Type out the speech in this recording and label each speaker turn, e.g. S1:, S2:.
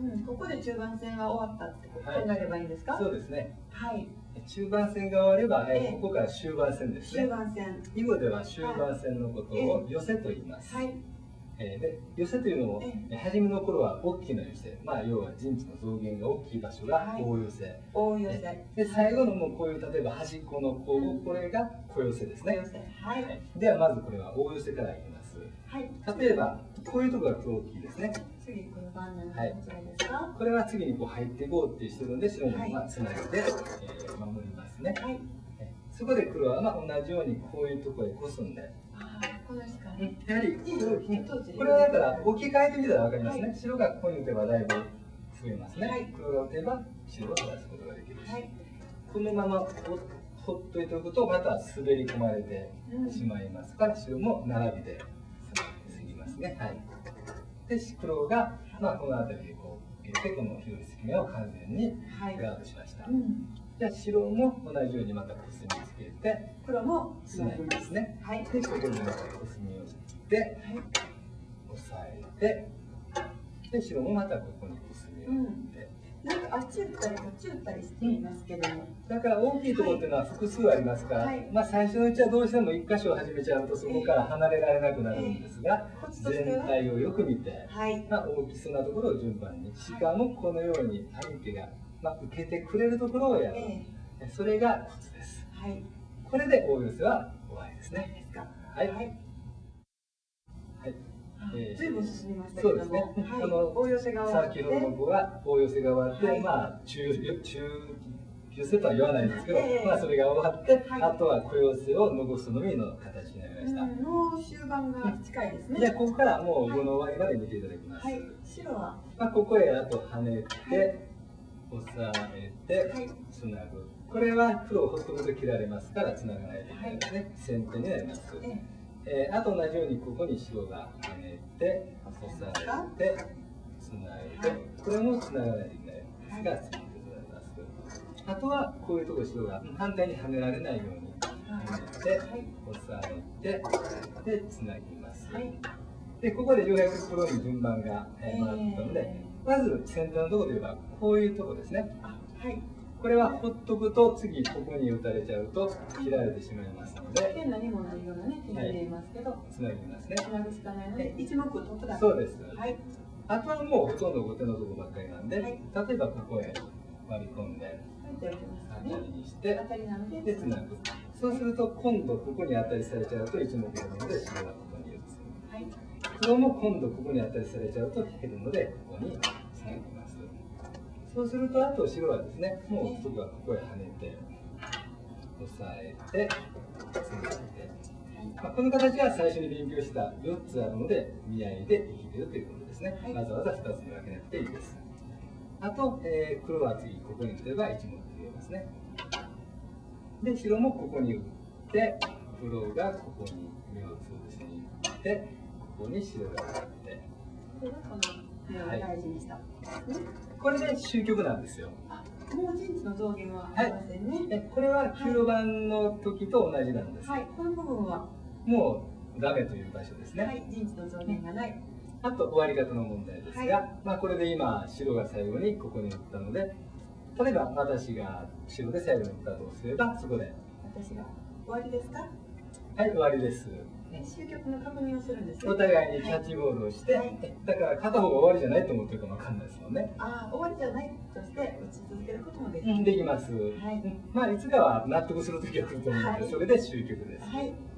S1: うん、ここで中盤戦が終わったってことになればいいんですか。
S2: そうですね。
S1: はい、
S2: 中盤戦が終われば、
S1: え
S2: え
S1: え
S2: ーここから終盤戦です
S1: 終
S2: ね。
S1: 盤戦。
S2: 囲碁では終盤戦のことを寄せと言います。
S1: はい、
S2: えーで寄せというのも、
S1: え
S2: えー初めの頃は大きな寄せ、まあ、要は陣地の増減が大きい場所が
S1: はい
S2: 大寄せ、
S1: 大寄
S2: え
S1: せ。
S2: で最後のもうこういう例えば端っこのこ
S1: う
S2: うんこれが小寄せです
S1: 大
S2: ね
S1: 寄、せ。はい、
S2: はいではまずこれは大寄せからいきます
S1: はい、
S2: 例えばこういうところが黒大きいですね
S1: 次、この番のこちらですか。は
S2: これは次にこう入っていこうってしてるので白に
S1: はい
S2: まあつなげて、えー守りますね
S1: い、はい
S2: えそこで黒はまあ同じようにこういうところへこすんで
S1: あー、ここですかね。
S2: やはり
S1: いいよ一つ
S2: これはだから置き換えてみたら分かりますね、白がここに打てばだいぶ増えますね、
S1: はい
S2: 黒が打てば白を正すことができるし、
S1: はい、
S2: このままほほっといておくとまた滑り込まれて
S1: うん、
S2: しまいますから白も並びで過ぎますねはいで黒が、まあ、この辺りでこう入れてこの広い隙間を完全に
S1: はい、
S2: ガードしました、
S1: うん、
S2: じゃあ白も同じようにまたコスミつけて
S1: 黒も
S2: つなぎますね
S1: はい、はい、
S2: でここにまたコスミを打って押さえてで白もまたここにコスミを打って、
S1: なんかあっち打ったりこっち打ったりしていますけれども、
S2: だから大きいところっていうのは複数ありますから、
S1: はい
S2: まあ、最初のうちはどうしても1箇所を始めちゃうとそこから離れられなくなるんですが、
S1: コツとして
S2: 全
S1: は、
S2: 体をよく見て、
S1: はい、
S2: まあ、大きそうなところを順番にしかもこのように相手が、まあ、受けてくれるところをや
S1: え
S2: る、
S1: え、
S2: それがコツです
S1: はい、
S2: これで大寄せは終わりですね
S1: ですか。
S2: はい、
S1: は
S2: はいいえー
S1: ずいぶん進みましたけれども、
S2: そうですね
S1: はい、
S2: あの
S1: 大寄せが終わっ
S2: 先
S1: て、
S2: ほどの子は大寄せが終わって、
S1: はい
S2: まあ中中寄せとは言わないんですけど、
S1: ええ
S2: まあ、それが終わって、
S1: はい
S2: あとは小寄せを残すのみの形になりました、
S1: うん、もう終盤が近いです
S2: じゃあ
S1: ね。
S2: ここからもう碁の終わりまで見ていただきます、
S1: はい、白は、
S2: まあ、ここへあと跳ねて、
S1: はい
S2: 押さえて
S1: はい、
S2: つなぐこれは黒をほっとくと切られますからつながないといけないですね、先手になります、
S1: ええ、
S2: えーあと同じようにここに白が跳ねて押さえてつないでこれもつながないといけないですが先手となりますあとはこういうとこ白が反対に跳ねられないように跳ねて
S1: はい、
S2: 押さえてでつなぎます、
S1: はい、
S2: でここでようやく黒に順番が
S1: え
S2: え
S1: え
S2: ー回ったので、まず先端のところで言えばこういうとこですね
S1: あ、はい、
S2: これはほっとくと次ここに打たれちゃうと切られてしまいますので
S1: 変なにもなるようなね、手に入れますけど、
S2: つなぎますね
S1: つなぐしかないので、一目トップだ。
S2: そうです
S1: はい、
S2: あとはもうほとんど後手のとこばっかりなんで、
S1: はい
S2: 例えばここへ割り込んで
S1: 書いておきますか
S2: 当たり
S1: ね。
S2: にし
S1: 当
S2: て
S1: たりなので、
S2: でつなぐそうすると今度ここに当たりされちゃうと一目置なので白がここに打
S1: はい、
S2: つ黒も今度ここに当たりされちゃうと減るのでここにつなぎますそうするとあと白はですねもう僕はここへ跳ねて押さえてつなげて、まあ、この形は最初に勉強した4つあるので見合いでできているということですね、
S1: はい
S2: わざわざ2つに分けなくていいですあと、えー黒は次ここに打てば1目取れますねで白もここに打って黒がここに目を通しに打ってここに白が打って
S1: これがこの目を大事にした。
S2: これで終局なんですよ
S1: あ、もう陣地の増減はありませんね。
S2: でこれは9番の時と同じなんです、
S1: はい、この部分は、
S2: もうダメという場所ですね、
S1: はい、陣地の増減がない。
S2: あと終わり方の問題ですが、
S1: は
S2: まあ、これで今白が最後にここに打ったので例えば私が白で最後に打ったとすればそこで「
S1: 私が終わりですか。
S2: はい終わりです」
S1: ね終局の確認をするんですね
S2: お互いにキャッチボールをして、
S1: はい
S2: だから片方が終わりじゃないと思ってるかもわかんないですもんね、
S1: ああ終わりじゃないとして打ち続けることもでき
S2: う
S1: る、
S2: んできます、
S1: い
S2: うんまあいつかは納得する時が来ると思うので、
S1: はい
S2: それで終局です、
S1: はい